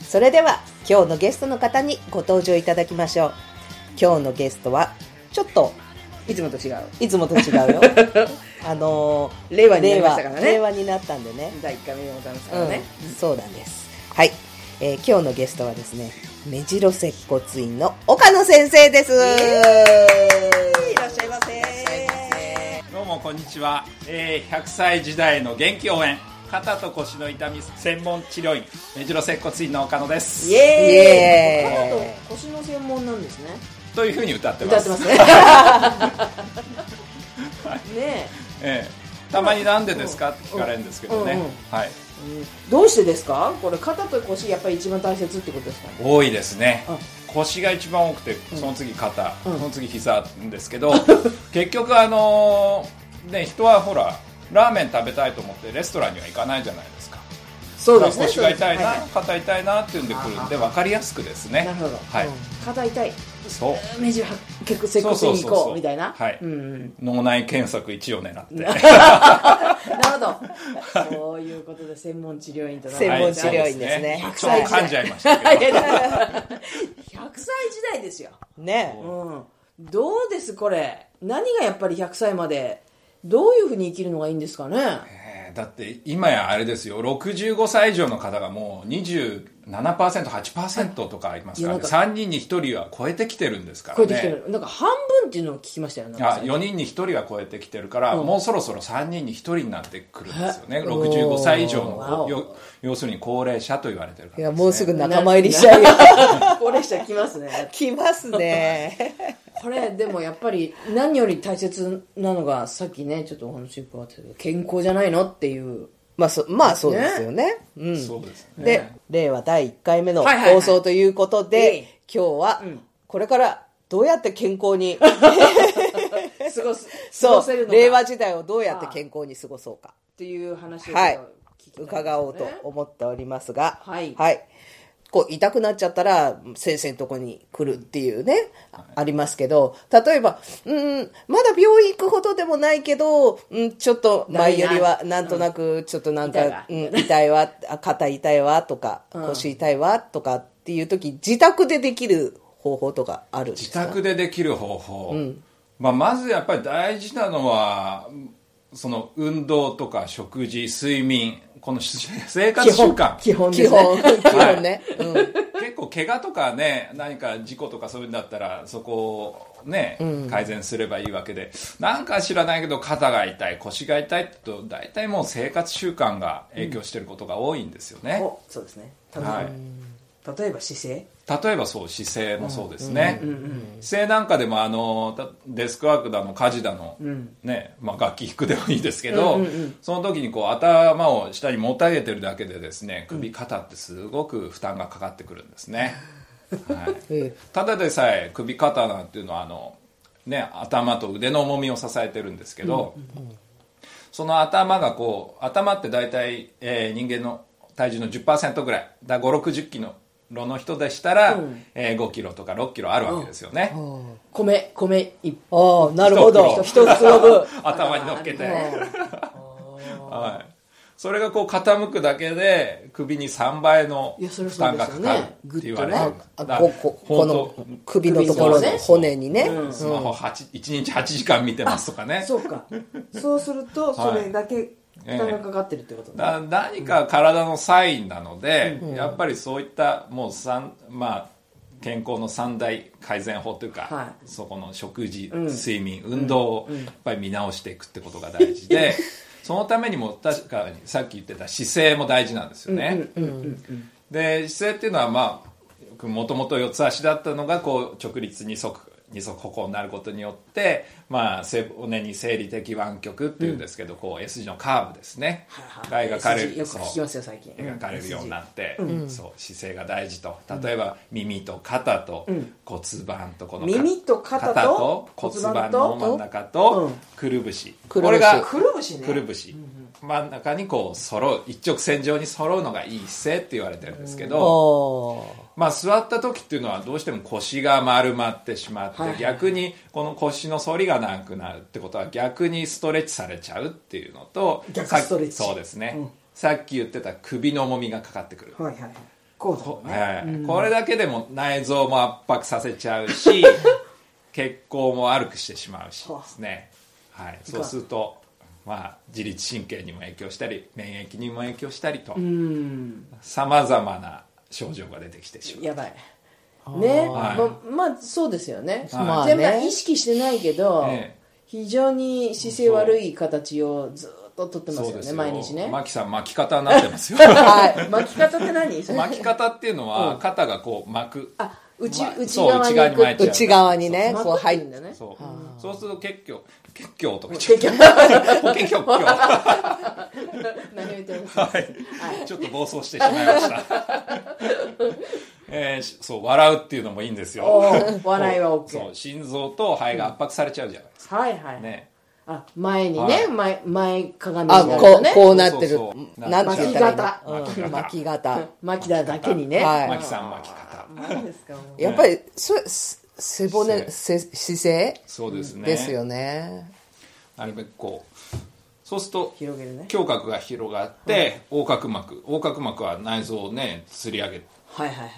それでは今日のゲストの方にご登場いただきましょう今日のゲストはちょっといつもと違う。いつもと違 うよあのー令和になりましたから令ね。和になったんでね第1回目でございますからね。うん、そうなんですはい、えー今日のゲストはですね目白接骨院の岡野先生ですいらっしゃいませどうもこんにちは、えー100歳時代の元気応援肩と腰の痛み専門治療院目白接骨院の岡野ですイエエーイーイ肩と腰の専門なんですね。 というふうに歌ってま歌っすてますね。 ねええたまになんでですかって聞かれるんですけどね、うんうんはいえ、どうしてですかこれ肩と腰やっぱり一番大切ってことですかね。多いですねあ腰が一番多くてその次肩、うんその次膝なんですけど 結局あのーね人はほらラーメン食べたいと思ってレストランには行かないじゃないですかそ腰が痛いな、はいは肩痛いなっていうんで来るんで分かりやすくですいねなるほど。はい、うん肩痛い。そう目白は結構接骨院に行そうそうそうこそううみたいな。はいうんうん。脳内検索1を狙ってなるほ ど。そういうことで専門治療院とな専門治療院。院ですねそうで100歳時代すねちょっと噛んじゃいましたけど。 100歳時代ですよ。ねうん、どうですこれ何がやっぱり100歳までどういうふうに生きるのがいいんですかねえーだって今やあれですよ、65歳以上の方がもう27%、8%とかありますから、いね、やな3人に1人は超えてきてるんですから超えてきてね。る、なんか半分っていうのを聞きましたよなんかあ4人に1人は超えてきてるから、もうそろそろ3人に1人になってくるんですよねえ65歳以上おーわのおよ要するに高齢者と言われてるから、いね、やもうすぐ仲間入りしちゃうよ 高齢者来ますね来ますねこれでもやっぱり何より大切なのがさっきねちょっとお話伺ってたけど健康じゃないのっていう まあそまあそうですよねうんそうですねで、令和第1回目のはいはいはい放送ということで、ええ今日は、これからどうやって健康 に、過ごす過 そごせるう、の令か和っ時代をどうやって健康に過ごそうか、ていう話をはい聞きたいですね伺おうと思っておりますが、はいこう、痛くなっちゃったら、先生のとこに来るっていうね、ありますけど、例えば、うん、まだ病院行くほどでもないけど、うん、ちょっと前よりは、ないなんとなく、ちょっとなん痛いわか、うん、痛いわ、あ肩痛いわとか、腰痛いわとかっていう時、自宅でできる方法とかあるんです自か宅でできる方法、まあ、まずやっぱり大事なのはその運動とか食事睡眠この し生活習慣基本で基すね本、基本ね。うん結構怪我とかね何か事故とかそういうんだったらそこをね、改善すればいいわけでなんか知らないけど肩が痛い腰が痛いって言うと大体もう生活習慣が影響してることが多いんですよね、おそうですね例えば,、はい例えば姿勢例えばそう姿勢もそうですね、姿勢なんかでもあのたデスクワークだの家事だの、ねまあ、楽器弾くでもいいですけど、その時にこう頭を下にもたげてるだけでですね首肩ってすごく負担がかかってくるんです ね、はい、えただでさえ首肩なんていうのはあの、ね、頭と腕の重みを支えてるんですけど、その頭がこう頭って大体、えー人間の体重の10%ぐらいだ5 6 0キロの人でしたら、うんえー5キロとか6キロあるわけですよね、米米一えああ、なるほど。一つの分。 頭に乗っけて、本 はい、それがこう傾くだけで首に3倍のいやそれは負そう担でがすよかねかるって言われてるぐっとあだこここの本当首のところ首のねね骨にね、うんスマホ8 1日8時間見てますとかねそうか。そうすると、それだけ負ええ担がかかってるってことね。だ何か体のサインなので、やっぱりそういったもう三、まあ、健康の三大改善法というか、はそこの食事、ん睡眠運動をやっぱり見直していくってことが大事 で、そのためにも確かにさっき言ってた姿勢も大事なんですよね。で姿勢っていうのはまあもともと四つ足だったのがこう直立二足二足歩行になることによって、まあ、背骨に生理的湾曲っていうんですけど、こう S 字のカーブですね、はいが描かれるよくそう聞きますよ、最近。描かれるようになって、そう姿勢が大事と例えば耳と肩と骨盤とこのか耳と肩と骨骨盤盤との真ん中うとんくるぶしくるぶしこれがくるぶしね。くるぶし真ん中にこう揃う一直線上に揃うのがいい姿勢って言われてるんですけど、おまあ、座った時っていうのはどうしても腰が丸まってしまって、はいはい逆にこの腰の反りがなくなるってことは逆にストレッチされちゃうっていうのと逆さっきストレッチそうですね、さっき言ってた首の重みがかかってくる、はいはいはい。構だもんねはいこれだけでも内臓も圧迫させちゃう し血行も悪くしてしまうしですね、はい、そうすると、まあ、自律神経にも影響したり免疫にも影響したりとうんさまざまな症状が出てきてしまうやばいねはいままあそうですよね、はいまあ全部はね意識してないけど、ええ非常に姿勢悪い形をずっと取ってますそうよでねすよ毎日ねマキさん巻き方になっ てますよはい。巻き方って何それ 巻き方っていうのは肩がこう巻くあ内,、まあ内そう側に内側に巻行いちゃう内側にね、くこう入巻くんっだねそうそうすると結局結局とか結局結局 は何を言ってますいちょっと暴走してしまいま した、えーしそう笑うっていうのもいいんですよおー笑いは OK そう心臓と肺が圧迫されちゃうじゃないですはいはい、か、ねあ前にね、はい前前かがみになあ、るのこうね、こうなってるそうそう。そうなんて言ったらいい巻きの方うん巻き型。巻きだだけにね、はいマキさん巻き方何ですかもうやっぱり、そす背骨、せ姿勢そうですねですよね。なるべくこうそうすると広げるね胸郭が広がって横隔膜横隔膜は内臓をね吊り上げるはいはいはい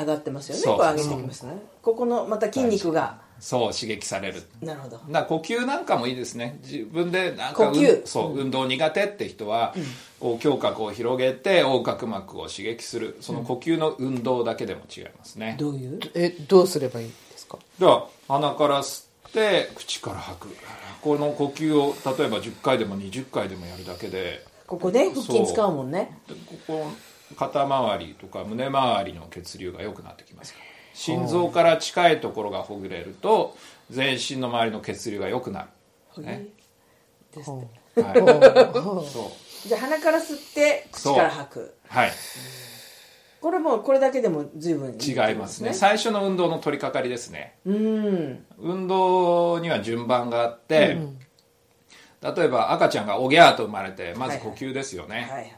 上がってますよねそうこう上げてきますねここのまた筋肉がそう刺激されるなるほどだから呼吸なんかもいいですね自分でなんか呼吸うんそう、運動苦手って人は、こう胸郭を広げて横隔膜を刺激するその呼吸の運動だけでも違いますね、どういうえ、どうすればいいんですかでは鼻から吸って口から吐くこの呼吸を例えば10回でも20回でもやるだけでここね腹筋使うもんねでここ肩周りとか胸周りの血流が良くなってきますから心臓から近いところがほぐれると全身の周りの血流が良くなる、ねですってはい、そうじゃあ鼻から吸って口から吐くはい、これもうこれだけでも随分違いますねさ最初の運動の取り掛かりですねうん運動には順番があって、例えば赤ちゃんがおぎゃーと生まれてまず呼吸ですよね、はいはい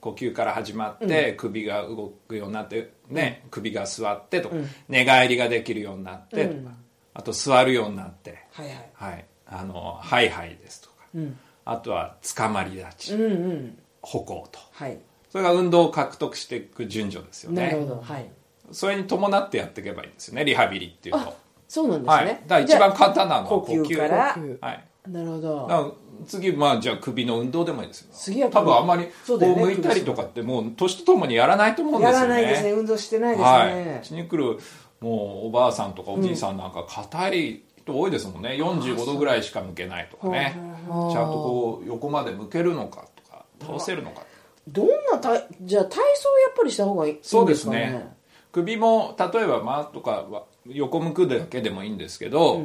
呼吸から始まって、首が動くようになって、ね、首が座ってとか、寝返りができるようになってとか、あと座るようになって、はいはいはい、あのハイハイですとか、あとはつかまり立ち、うんうん歩行とはいそれが運動を獲得していく順序ですよなるほねどはいそれに伴ってやっていけばいいんですよねリハビリっていうと。そうなんですはい、ねだから一番簡単なのは呼吸から呼吸はい、なるほだかどら次まあじゃあ首の運動でもいいですよ次は首多分あんまりそこうだようね向いたりとかってもう年とともにやらないと思うんでやすよねらないですね運動してないですはねい、血に来るもうおばあさんとかおじいさんなんか硬い人多いですもんね、45度ぐらいしか向けないとかねちゃんとこう横まで向けるのかとか倒せるのかどんな体じゃあ体操をやっぱりした方がいいんですかそねうですね首も例えばまあとかは横向くだけでもいいんですけど、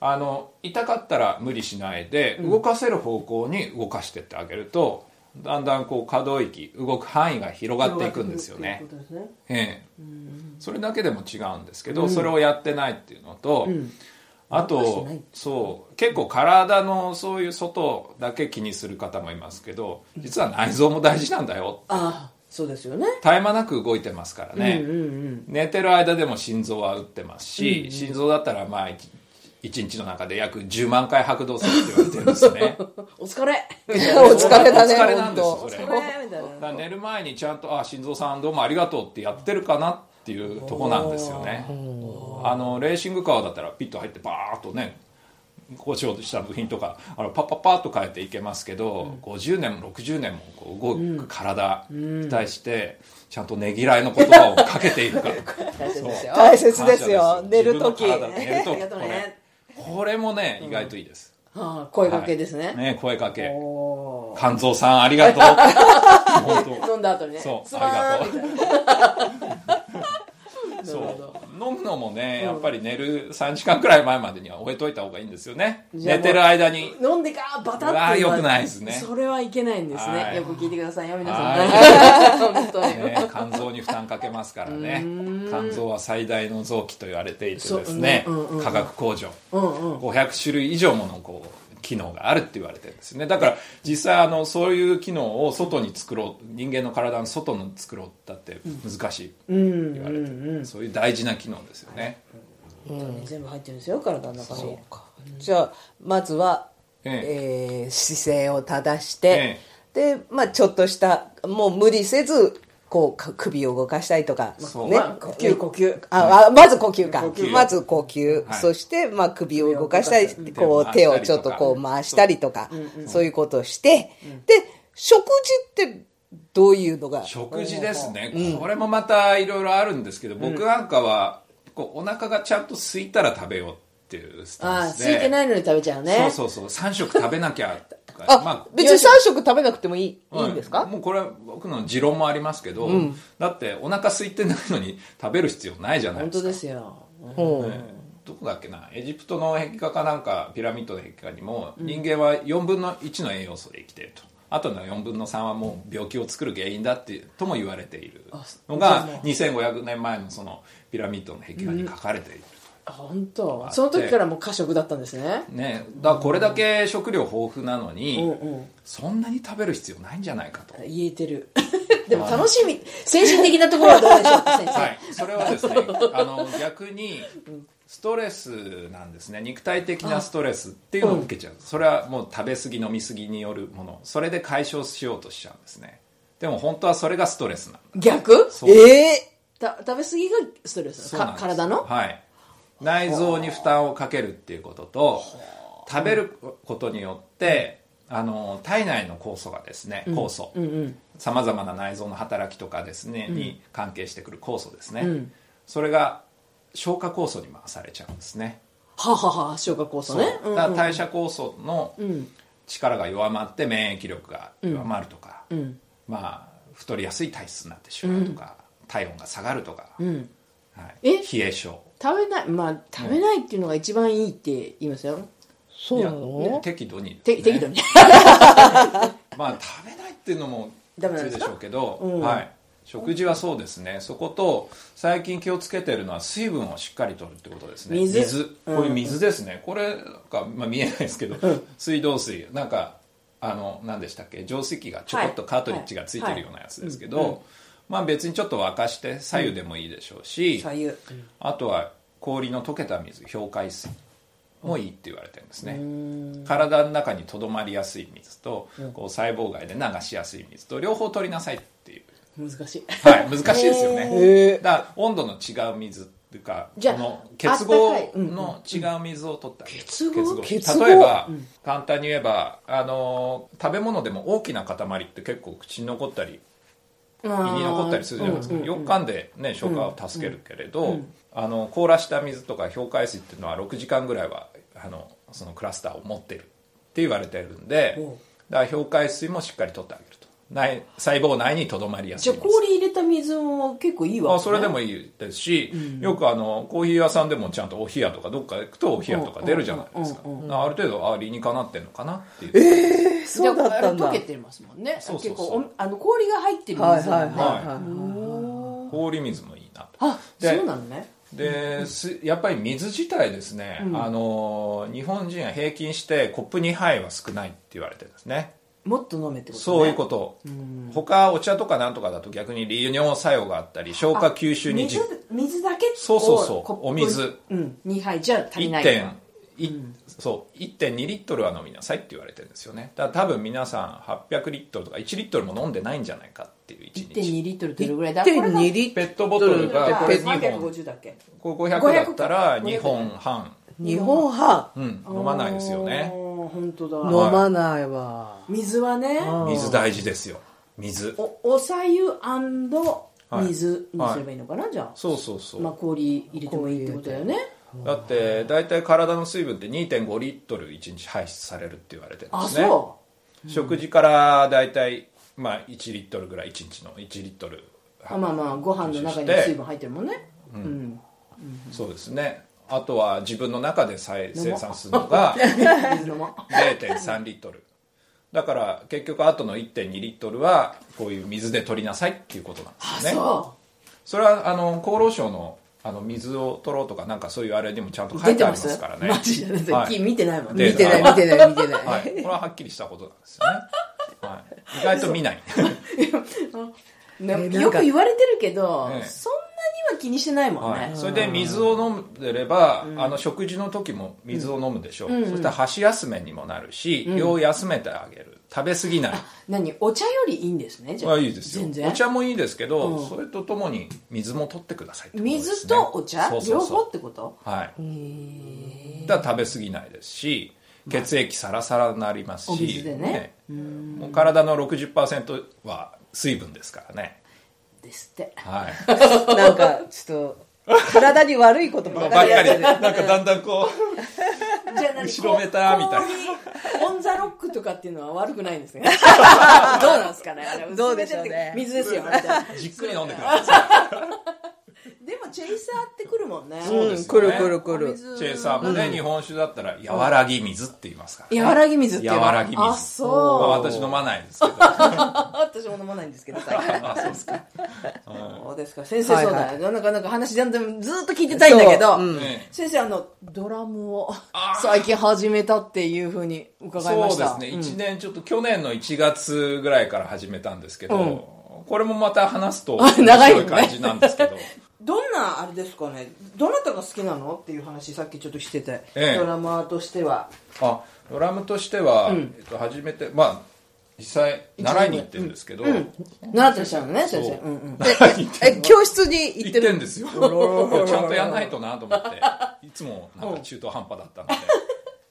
あの痛かったら無理しないで動かせる方向に動かしてってあげると、だんだんこう可動域動く範囲が広がっていくんですよね広がってくるっていうことですねええ、それだけでも違うんですけど、それをやってないっていうのと、あ動かしてとないそう結構体のそういう外だけ気にする方もいますけど実は内臓も大事なんだよああそうですよね絶え間なく動いてますからね、うんうん寝てる間でも心臓は打ってますし、心臓だったらまあ一一日の中で約10万回拍動するって言われてるんですねお疲れお疲 お疲れだお疲ね、れな本んですよ当それれみたいだかなら寝る前にちゃんと「あ心臓さんどうもありがとう」ってやってるかなっていうとこなんですよねあのレーシングカーだったらピッと入ってバーッとね故障した部品とかあのパッパッパッと変えていけますけど、50年も60年もこう動く体に対してちゃんとねぎらいの言葉をかけているか、 大丈夫ですよ大切ですよ。感謝寝でするとき。自分の体 寝るあとりがとうねきこれこれもね意外といいです、はあ声掛けですはいねね声かけお肝臓さんありがと う本ー飲んだ後にねそうすまあーんりがとう なるほどそう飲むのもねやっぱり寝る3時間くらい前までには終えといた方がいいんですよねじゃあ寝てる間に飲んでかバタッうわーて良くないですねそれはいけないんですはねいよく聞いてくださいよ皆はさん 本当にね、肝臓に負担かけますからね肝臓は最大の臓器と言われていてですね、そううんうんうん化学工場うんうん500種類以上ものこう機能があるって言われてるんですねだから実際あのそういう機能を外に作ろう人間の体の外の作ろうだって難しいって言われてる、そういう大事な機能ですよね、全部入ってるんですよ体の中にじゃあまずは、ええー姿勢を正して、で、まあ、ちょっとしたもう無理せずこうか首を動かしたりとか、そうねまあ呼吸呼吸ああまず呼吸か呼吸まず呼吸、はいそして、まあ、首を動かしたり首を動かしたりこう手手をを回したりとかちょっとこう回したりとかそういうことをして、で食事ってどういうのが食事ですね、これもまたいろいろあるんですけど、僕なんかはこうお腹がちゃんと空いたら食べようっていうスあタあンスで空いてないのに食べちゃうねそうそうそう3食食べなきゃとかあ、まあ別に3食食べなくてもいい,、い、いんですか、もうこれは僕の持論もありますけど、だってお腹空いてないのに食べる必要ないじゃない本です当かですようんどこだっけなエジプトの壁画かなんかピラミッドの壁画にも人間は4分の1の栄養素で生きているとあとの4分の3はもう病気を作る原因だっていうとも言われているのが2500年前のそのピラミッドの壁画に書かれている、あ本当その時からもう過食だったんですねね、だからこれだけ食料豊富なのに、うんうんそんなに食べる必要ないんじゃないかと言えてる でも楽しみ精神的なところはどうでしょうか先生はい、それはです ねあの逆にストレスなんですね肉体的なストレスっていうのを受けちゃう、それはもう食べ過ぎ飲み過ぎによるものそれで解消しようとしちゃうんですねでも本当はそれがストレスなんだ逆そうえた食べ過ぎがストレスそうなんかです体のはい内臓に負担をかけるっていうことと食べることによって、あの体内の酵素がですね酵素、さまざまな内臓の働きとかですね、に関係してくる酵素ですね、それが消化酵素に回されちゃうんですねははは消化酵素ねそうだから代謝酵素の力が弱まって免疫力が弱まるとか、まあ太りやすい体質になってしまうとか、体温が下がるとか、はい、え冷え性食べないまあ食べないっていうのが一番いいって言いますよそうないやねの適度にてね適度 にまあ食べないっていうのもダメなんですでかしょうけど、はい食事はそうですねそこと最近気をつけてるのは水分をしっかりとるってことですね水こういう水ですね、これなんか、まあ、見えないですけど、 水道水なんかあの何でしたっけ浄水器がちょこっとはいカートリッジがついてるようなやつですけど、まあ別にちょっと沸かして左右でもいいでしょうし、左右あとは氷の溶けた水氷解水もいいって言われてるんですね、体の中にとどまりやすい水と、こう細胞外で流しやすい水と両方取りなさいっていう、難しいはい、 難しいですよへねだから温度の違う水っていうかじゃあこの結合あったかいうんの違う水を取ってあげる結合結合例えば、簡単に言えばあのー食べ物でも大きな塊って結構口に残ったり胃胃に残ったりするじゃないですか、よく噛んで、ね、消化を助けるけれど、あの凍らした水とか氷解水っていうのは6時間ぐらいはあのそのクラスターを持ってるって言われてるんで、うんだから氷解水もしっかり取ってあげると内細胞内にとどまりやすじいゃあ氷入れた水も結構いいわけねあそれでもいいですし、よくあのコーヒー屋さんでもちゃんとお冷やとかどっか行くとお冷やとか出るじゃないですか,、ある程度あ理にかなってんのかなっていう、えそうだったんじゃあだあれ溶けてますもんねそうそうそう結構おあの氷が入ってるはい水はいだはいもんねはい氷水もいいなとあでそうなのねで、すやっぱり水自体ですね、あの日本人は平均してコップ2杯は少ないって言われてるんですねもっと飲めってことねそういうこと、他お茶とかなんとかだと逆に利尿作用があったり消化吸収にじ水水だけそうそうそうをコップお水うん2杯じゃ足り1ない点いそう1.2リットルは飲みなさいって言われてるんですよねだから多分皆さん800リットルとか1リットルも飲んでないんじゃないかっていう1 1.2日リットルってどれぐらいだ1.2リッペットボトこれルががこれ2本350だっけこう500だったら2本半、日本半うん、飲まないですよねあー本当だ飲まないわ水はねん水大事ですよ水おおさゆ水にはいすればいいのかな、じゃあそうそうそう、まあ氷入れてもいいってことだよねだって大体体の水分って2.5リットル1日排出されるって言われてるんあですねそ食事から大体、まあ、1リットルぐらい1日の1リットルう、あまあまあご飯の中にして水分入ってるもんね うん、そうですねあとは自分の中で再生産するのが水飲も0.3リットルだから結局あとの1.2リットルはこういう水で取りなさいっていうことなんあですよねそそれはあの厚労省のあの水を取ろうとかなんかそういうあれにもちゃんとう書出いててありまますすからねマジで、はい最近見てないもんでね見てない見てない見てない、 はい、これははっきりしたことなんですよね。はい、意外と見ない。ねえなんよかく言われてるけど、ええそんなには気にしてないもんはねい、。それで水を飲んでれば、あの食事の時も水を飲むでしょう、そしたら箸休めにもなるし、量を休めてあげる食べ過ぎない、何お茶よりいいんですね、じゃまあいいですよ全然。お茶もいいですけど、それとともに水も取ってくださいってことですね水とお茶そうそう両方そってことうはいだから食べ過ぎないですし血液サラサラになりますし、お水でねもう体の60%は水分ですからねですっ て。はいなんか、ちょっと、体に悪いことばばっっかかりりやって る。なんかだんだんこうじゃあ何後ろめたみたいなな。オンザロックとかっていうのは悪くないんで すね。どうなんですかねあれどうでしょうね水ですよ、みたいな。じっくり飲んでくださいでもチェイサーってくるもんね。そうですくよねるくるくる。チェイサーもね、日本酒だったら、和らぎ水って言いますから、ね。やわらぎ水っていうの和らぎ水。あ、まあそう。私飲まないですけど。あ 私も飲まないんですけど、最近。そうですか。そうですか。先生そはうだ。なんかなんか話全然ずっと聞いてたいんだけどそうう、んね先生あの、ドラムをあー最近始めたっていうふうに伺いましそうでた。すね。一年ちょっと去年の1月ぐらいから始めたんですけど、これもまた話すと面あ長いよね白い感じなんですけど、どんなあれですかねどなたが好きなのっていう話さっきちょっとしてて、ええドラマーとしてはあドラムとしては、えっと、初めてまあ実際習いに行ってるんですけど、習ってらっしゃるのねそう先生うんうん習いに行ってるえ、教室に行っ行っててるんですよちゃんとやんないとなと思っていつもなんか中途半端だったので、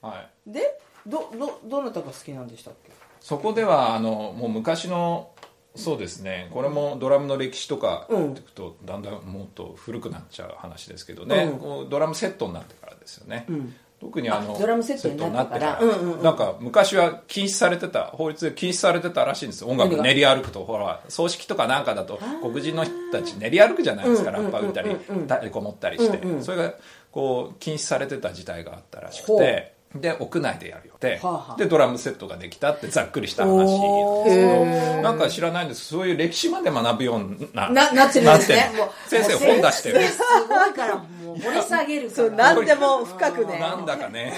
はい、でどどどなたが好きなんでしたっけそこではあのもう昔のそうですねこれもドラムの歴史とかうんっていくと、だんだんもっと古くなっちゃう話ですけどね、うんこうドラムセットになってからですよね、特にあのあドラムセットになってからセットになってからなんか昔は禁止されてた法律で禁止されてたらしいんですよ音楽何が練り歩くとほら葬式とかなんかだと黒人の人たち練り歩くじゃないですか、ラッパ打ったり太鼓持ったりして、それがこう禁止されてた時代があったらしくほて。で屋内でやるよって、はあはあでドラムセットができたってざっくりした話なんですけどなんか知らないんですそういう歴史まで学ぶようなななってるんですねもう先生もう本出してる先生すごいからもう掘り下げるかそらう、なんでも深くね。なんだかね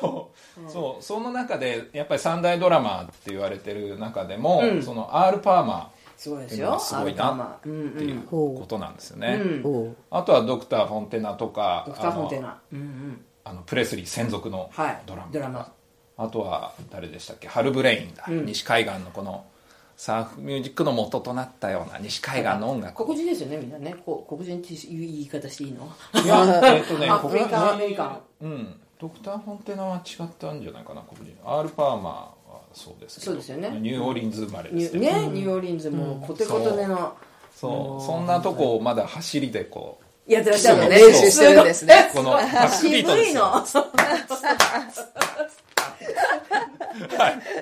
そうそうその中でやっぱり三大ドラマーって言われてる中でも、その R パーマすごいーっでてすいうのよがすごアいルカなマってうんういんうことなんですよね、おうあとはドクター・フォンテナとかドクターフォンテナうんうんあのあのプレスリー専属のはいドラマ,、ドラマあとは誰でしたっけハルブレインだ、西海岸のこのサーフミュージックの元となったような西海岸の音楽黒人ですよねみんなねこう黒人っていう言い方していいのいやえっとねアこフこリカンアはメリカンうんドクター・フォンテナは違ったんじゃないかな黒人アール・パーマーはそうですけそどうですよねニューオーリンズ生まれでニすュよねニューオーリンズもコテコテのそうそんなとこをまだ走りでこうやってらっしゃるのね練習してるんですねこのバックビー渋トでいすのよ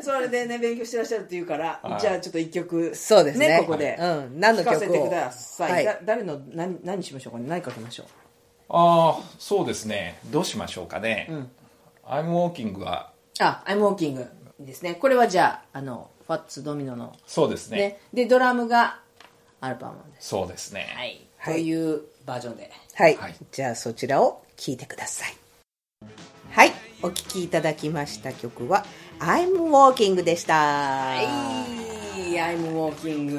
それでね勉強してらっしゃるっていうから、はいじゃあちょっと一曲そうですね。ここで、うん。何の聞曲をかせてください、はいだ誰の何何しましょうかね何かけましょうああそうですねどうしましょうかね「I'm Walking」はあ「I'm Walking」ですねこれはじゃああのファッツ・ドミノのそうですねねでドラムがアルパンマンですそうですね、はい、はいというバージョンではい、はいじゃあそちらを聞いてくださいはいお聴きいただきました曲は「I'm Walking」でした、はい「I'm Walking」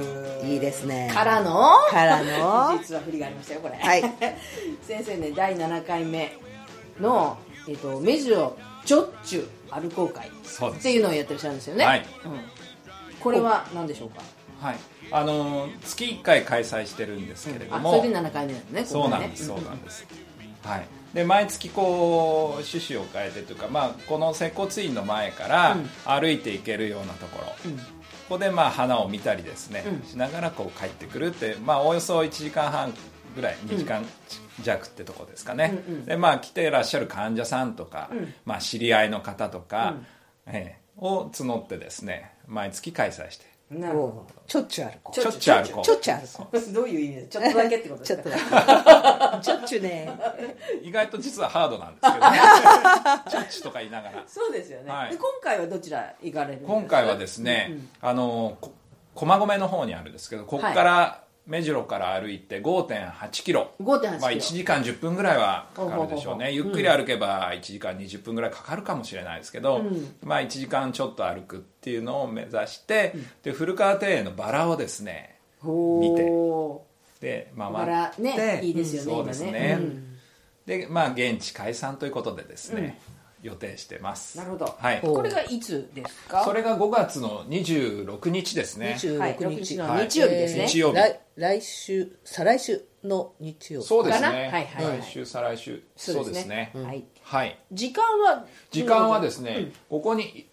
いいですねからのから の 実は振りがありましたよこれはい 先生ね第7回目の、えっとメジロジョッチュアルコー会そうでっすていうのをやってらっしゃるんですよね、はいうんこれは何でしょうかはいあのー月1回開催してるんですけれどあも、それで7回目なのねそうなんです、そうなんです。はい、で毎月こう趣旨を変えてというか、まあ、この接骨院の前からうん歩いていけるようなところ、うんここでまあ花を見たりですね、うんしながらこう帰ってくるって、まあ、およそ1時間半ぐらい2時間弱ってとこですかね、うんうんでまあ、来てらっしゃる患者さんとか、うんまあ、知り合いの方とか、ええを募ってですね毎月開催してうんなるおほうちょっちゅう歩こちょちょっちゅう歩こうちょっちゅう歩こうそ うどどういう意味でちょっとだけってことうで ちょすっかとだけちょっちゅうね意外と実はハードなんですけど ねチョッチとか言いながら そうですよね、はいで今回はどちら行かれるんですか今回はですね、あのこ駒込の方にあるんですけどここから、目白から歩いて5.8キロ5.8まあ、キ1ロ時間10分ぐらいはかかるでしょうねゆっくり歩けば1時間20分ぐらいかかるかもしれないですけど、まあ、1時間ちょっと歩くっていうのを目指して、で古川庭園のバラをですねほー見てほででまあバラね待っていいですよねそうです今ねね、でまあ現地解散ということでですね、予定してますなるほどはいおこれがいつですかそれが5月の26日ですねはい26日はい日曜日ですね、日曜日来来週再来週の日曜日そうですねかなはいはいはい来週再来週そうですねはいはい時間は時間はですね、ここに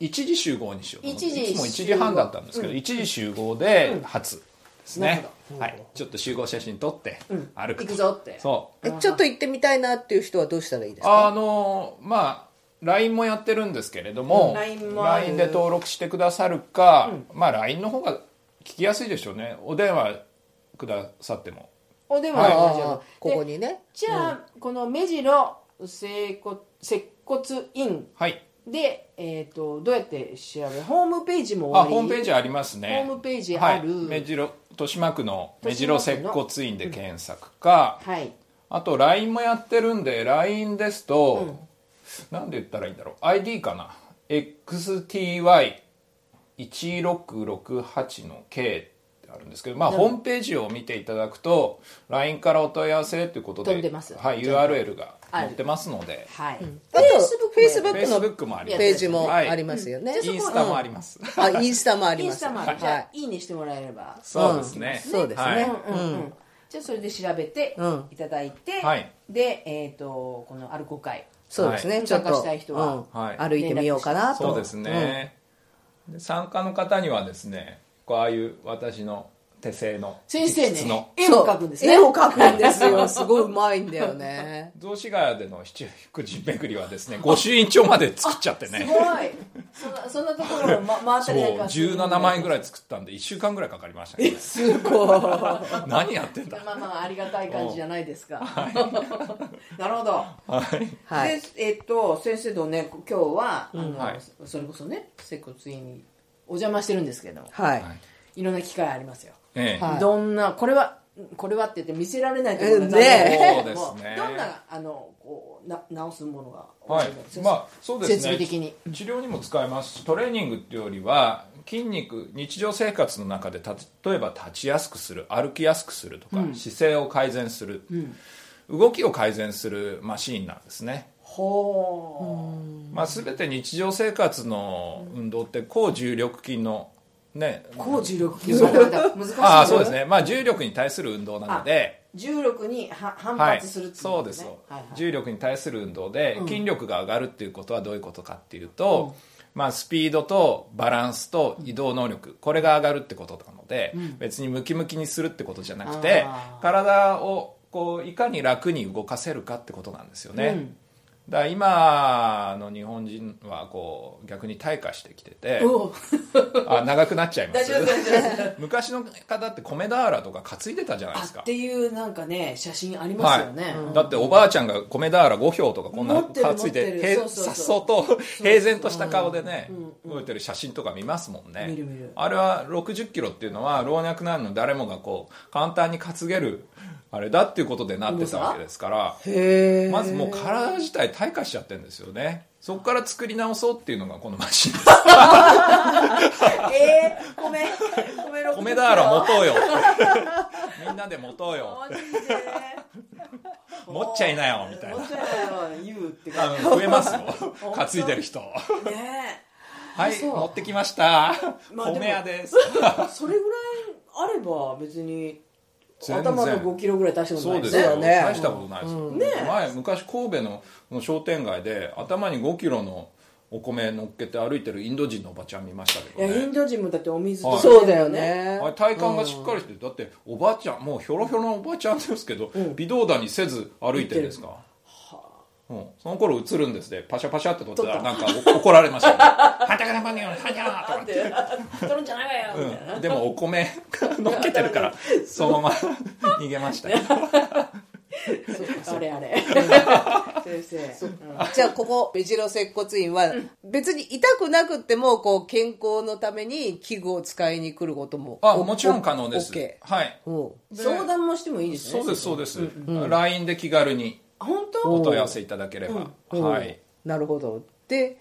1時集合にしようと思って1時いつも1時半だったんですけど、1時集合で初ですね、はい、ちょっと集合写真撮って歩くと、行くぞってそうえちょっと行ってみたいなっていう人はどうしたらいいですかあのまあ LINE もやってるんですけれども、うん LINE もある LINE で登録してくださるか、まあ LINE の方が聞きやすいでしょうねお電話くださってもおでもあ大あ丈あ夫ここにねじゃあ、この目白整骨接骨院はいで、えー、とどうやって調べホームページもあありホームページありますねホームページあるはい、目白豊島区の目白豊島接区の骨院で検索か、はいあと LINE もやってるんで LINE ですと、なんで言ったらいいんだろう ID かな XTY1668 の K ってあるんですけど、まあ、ホームページを見ていただくと LINE からお問い合わせということで飛んでますはい、URL が載ってますのではい、あとフェイスブックの Facebook もありますページもありまますよね、インスタもあります、あインスタもありインまスすタもある、じゃあはいいねしてもらえればそうですね、そうですねはいうんうんうんじゃあそれで調べてうんいただいて、はいで、えー、とこのアルコ会そうですね、はいちょっと参加したい人はうんはい歩いてみようかなとそうですね、で参加の方にはですねこうああいう私の手製の先生直筆のね絵を描くんですねそう絵を描くんです よすごいうまいんだよね雑司ヶ谷での七福神巡りはですね御朱印帳まで作っちゃってすねごいそんなそんなところを、ま、回っそたうりなんかする17万円ぐらい作ったんで1週間ぐらいかかりましたねすごい 何やってんだまあまあありがたい感じじゃないですか、 なるほど、はいはいでえっと先生とね今日は、あのはいそれこそね接骨院にお邪魔してるんですけどはい、はいいろんな機会ありますよ、ええはいどんなこれはこれはって言って見せられないところが残念ねえもそうですねどんなあのこうな直すものが多はいのかい、まあそうですね設備的に治療にも使えますしトレーニングっていうよりは筋肉日常生活の中でた例えば立ちやすくする歩きやすくするとか、姿勢を改善する、動きを改善するマシーンなんですね、ほうまあ、全て日常生活の運動って高重力筋のね高重力級だから難しいよああそうですねまあ重力に対する運動なので重力には反はい、発するっていそうことです、はいはい重力に対する運動で筋力が上がるっていうことはどういうことかっていうと、まあ、スピードとバランスと移動能力、これが上がるってことなので、別にムキムキにするってことじゃなくてあ体をこういかに楽に動かせるかってことなんですよね、うんだから今の日本人はこう逆に退化してきてておうあ長くなっちゃいま大す丈夫大丈夫昔の方って米俵とか担いでたじゃないあですかっていうなんかね写真ありますよね、だっておばあちゃんが米俵5票とかこんな持ってる担い持っでてるへそうそうそうさっそうと平然とした顔でね動いてる写真とか見ますもんね見る見るあれは6 0キロっていうのは老若男女誰もがこう簡単に担げるあれだっていうことでなってたわけですからへえまずもう体自体退化しちゃってるんですよねそこから作り直そうっていうのがこのマシンですえー、ごめんごめん米俵持と うよみんなで持とうよマジで持っちゃいなよみたいもうなちょいあの言うって感うん増えますよ担いでる人じねはい、そう持ってきました。 まあでも米屋です。それぐらいあれば別に全然頭の5キロぐらい出したことないすよね大したことないですよ。ね前、昔神戸のこの商店街で、頭に5キロのお米乗っけて歩いてるインド人のおばちゃん見ましたいけどやイねン。ド人もだってお水とはいそうだよねあれ体幹がしっかりしてる、だっておばあちゃんもうひょろひょろのおばあちゃんですけど、微動だにせず歩いてるんですか、うん、その頃映るんですでパシャパシャって撮ってたらなんかお怒られ ましたよ「はたかなかによはたか」とかって取るんじゃないわよみたいな、うん、でもお米 が乗っけてるからそのま ま逃げましたよあれあれ先生じゃあここ目白接骨院は別に痛くなくってもこう健康のために器具を使いに来ることもあおもちろん可能です、オッケはいーおううん相談もしてもいいですそねうですそうです、LINE で気軽にあ本お当問い合わせいただければ、おうはいなるほどで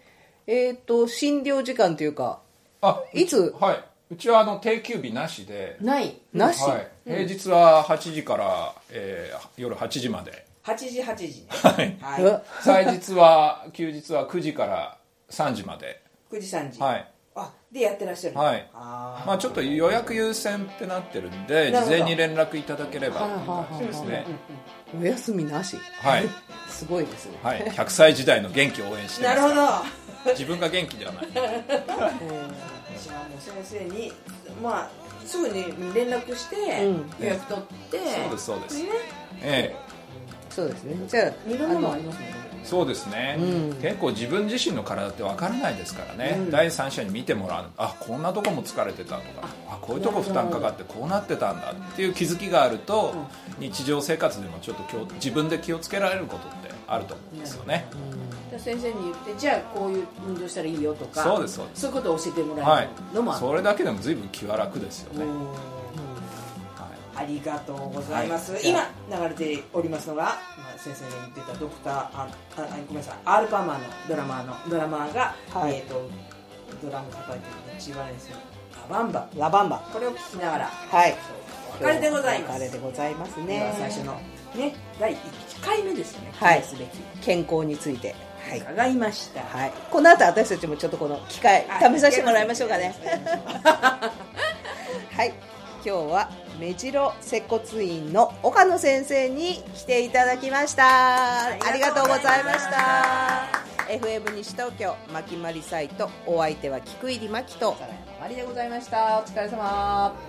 えっ、と診療時間というかあいつはいうちはあの定休日なしで、ないなし、はい、平日は8時から、えー夜8時まで、 8時8時ね ははい、ういわ祭日は休日は9時から3時まで、 9時3時はいあでやってらっしゃるはいあまあ、ちょっと予約優先ってなってるんでなる事ほど前に連絡いただければっていう感じですねお休みなしはい、すごいですね、はい、100歳時代の元気を応援してなまるすほかどら自分が元気じゃない私はもう先生にまあすぐに連絡してうん予約取ってそうですそうですええそうですねじゃあいろんなのありますもんねそうですね、うん結構自分自身の体って分からないですからね、第三者に見てもらうあこんなとこも疲れてたとかあこういうとこ負担かかってこうなってたんだっていう気づきがあると、日常生活でもちょっと気を自分で気をつけられることってあると思うんですよね、じゃあ先生に言ってじゃあこういう運動したらいいよとかそうですそうですそういうことを教えてもらはえるのもいあるそれだけでも随分気は楽ですよね、うんはいありがとうございます、今流れておりますのが、まあ、先生が言ってたドクターあああごめんなさいアルパーマンのドラマーのドラマーが、はいえー、とドラム叩いてる千葉先生のラバンバラバンバこれを聞きながらはいお別れでございまおす別れでございますでねは最初のね第1回目ですよねはい記念すべ健康についてはいき伺いました、はい、この後私たちもちょっとこの機会はい試させてもらいましょうかねはい今日は目白接骨院の岡野先生に来ていただきましたありりがとがとううごござざいいままししたた FM 西東京ま きまりサイトお相手は菊入真希とお疲れ様でございましたお疲れ様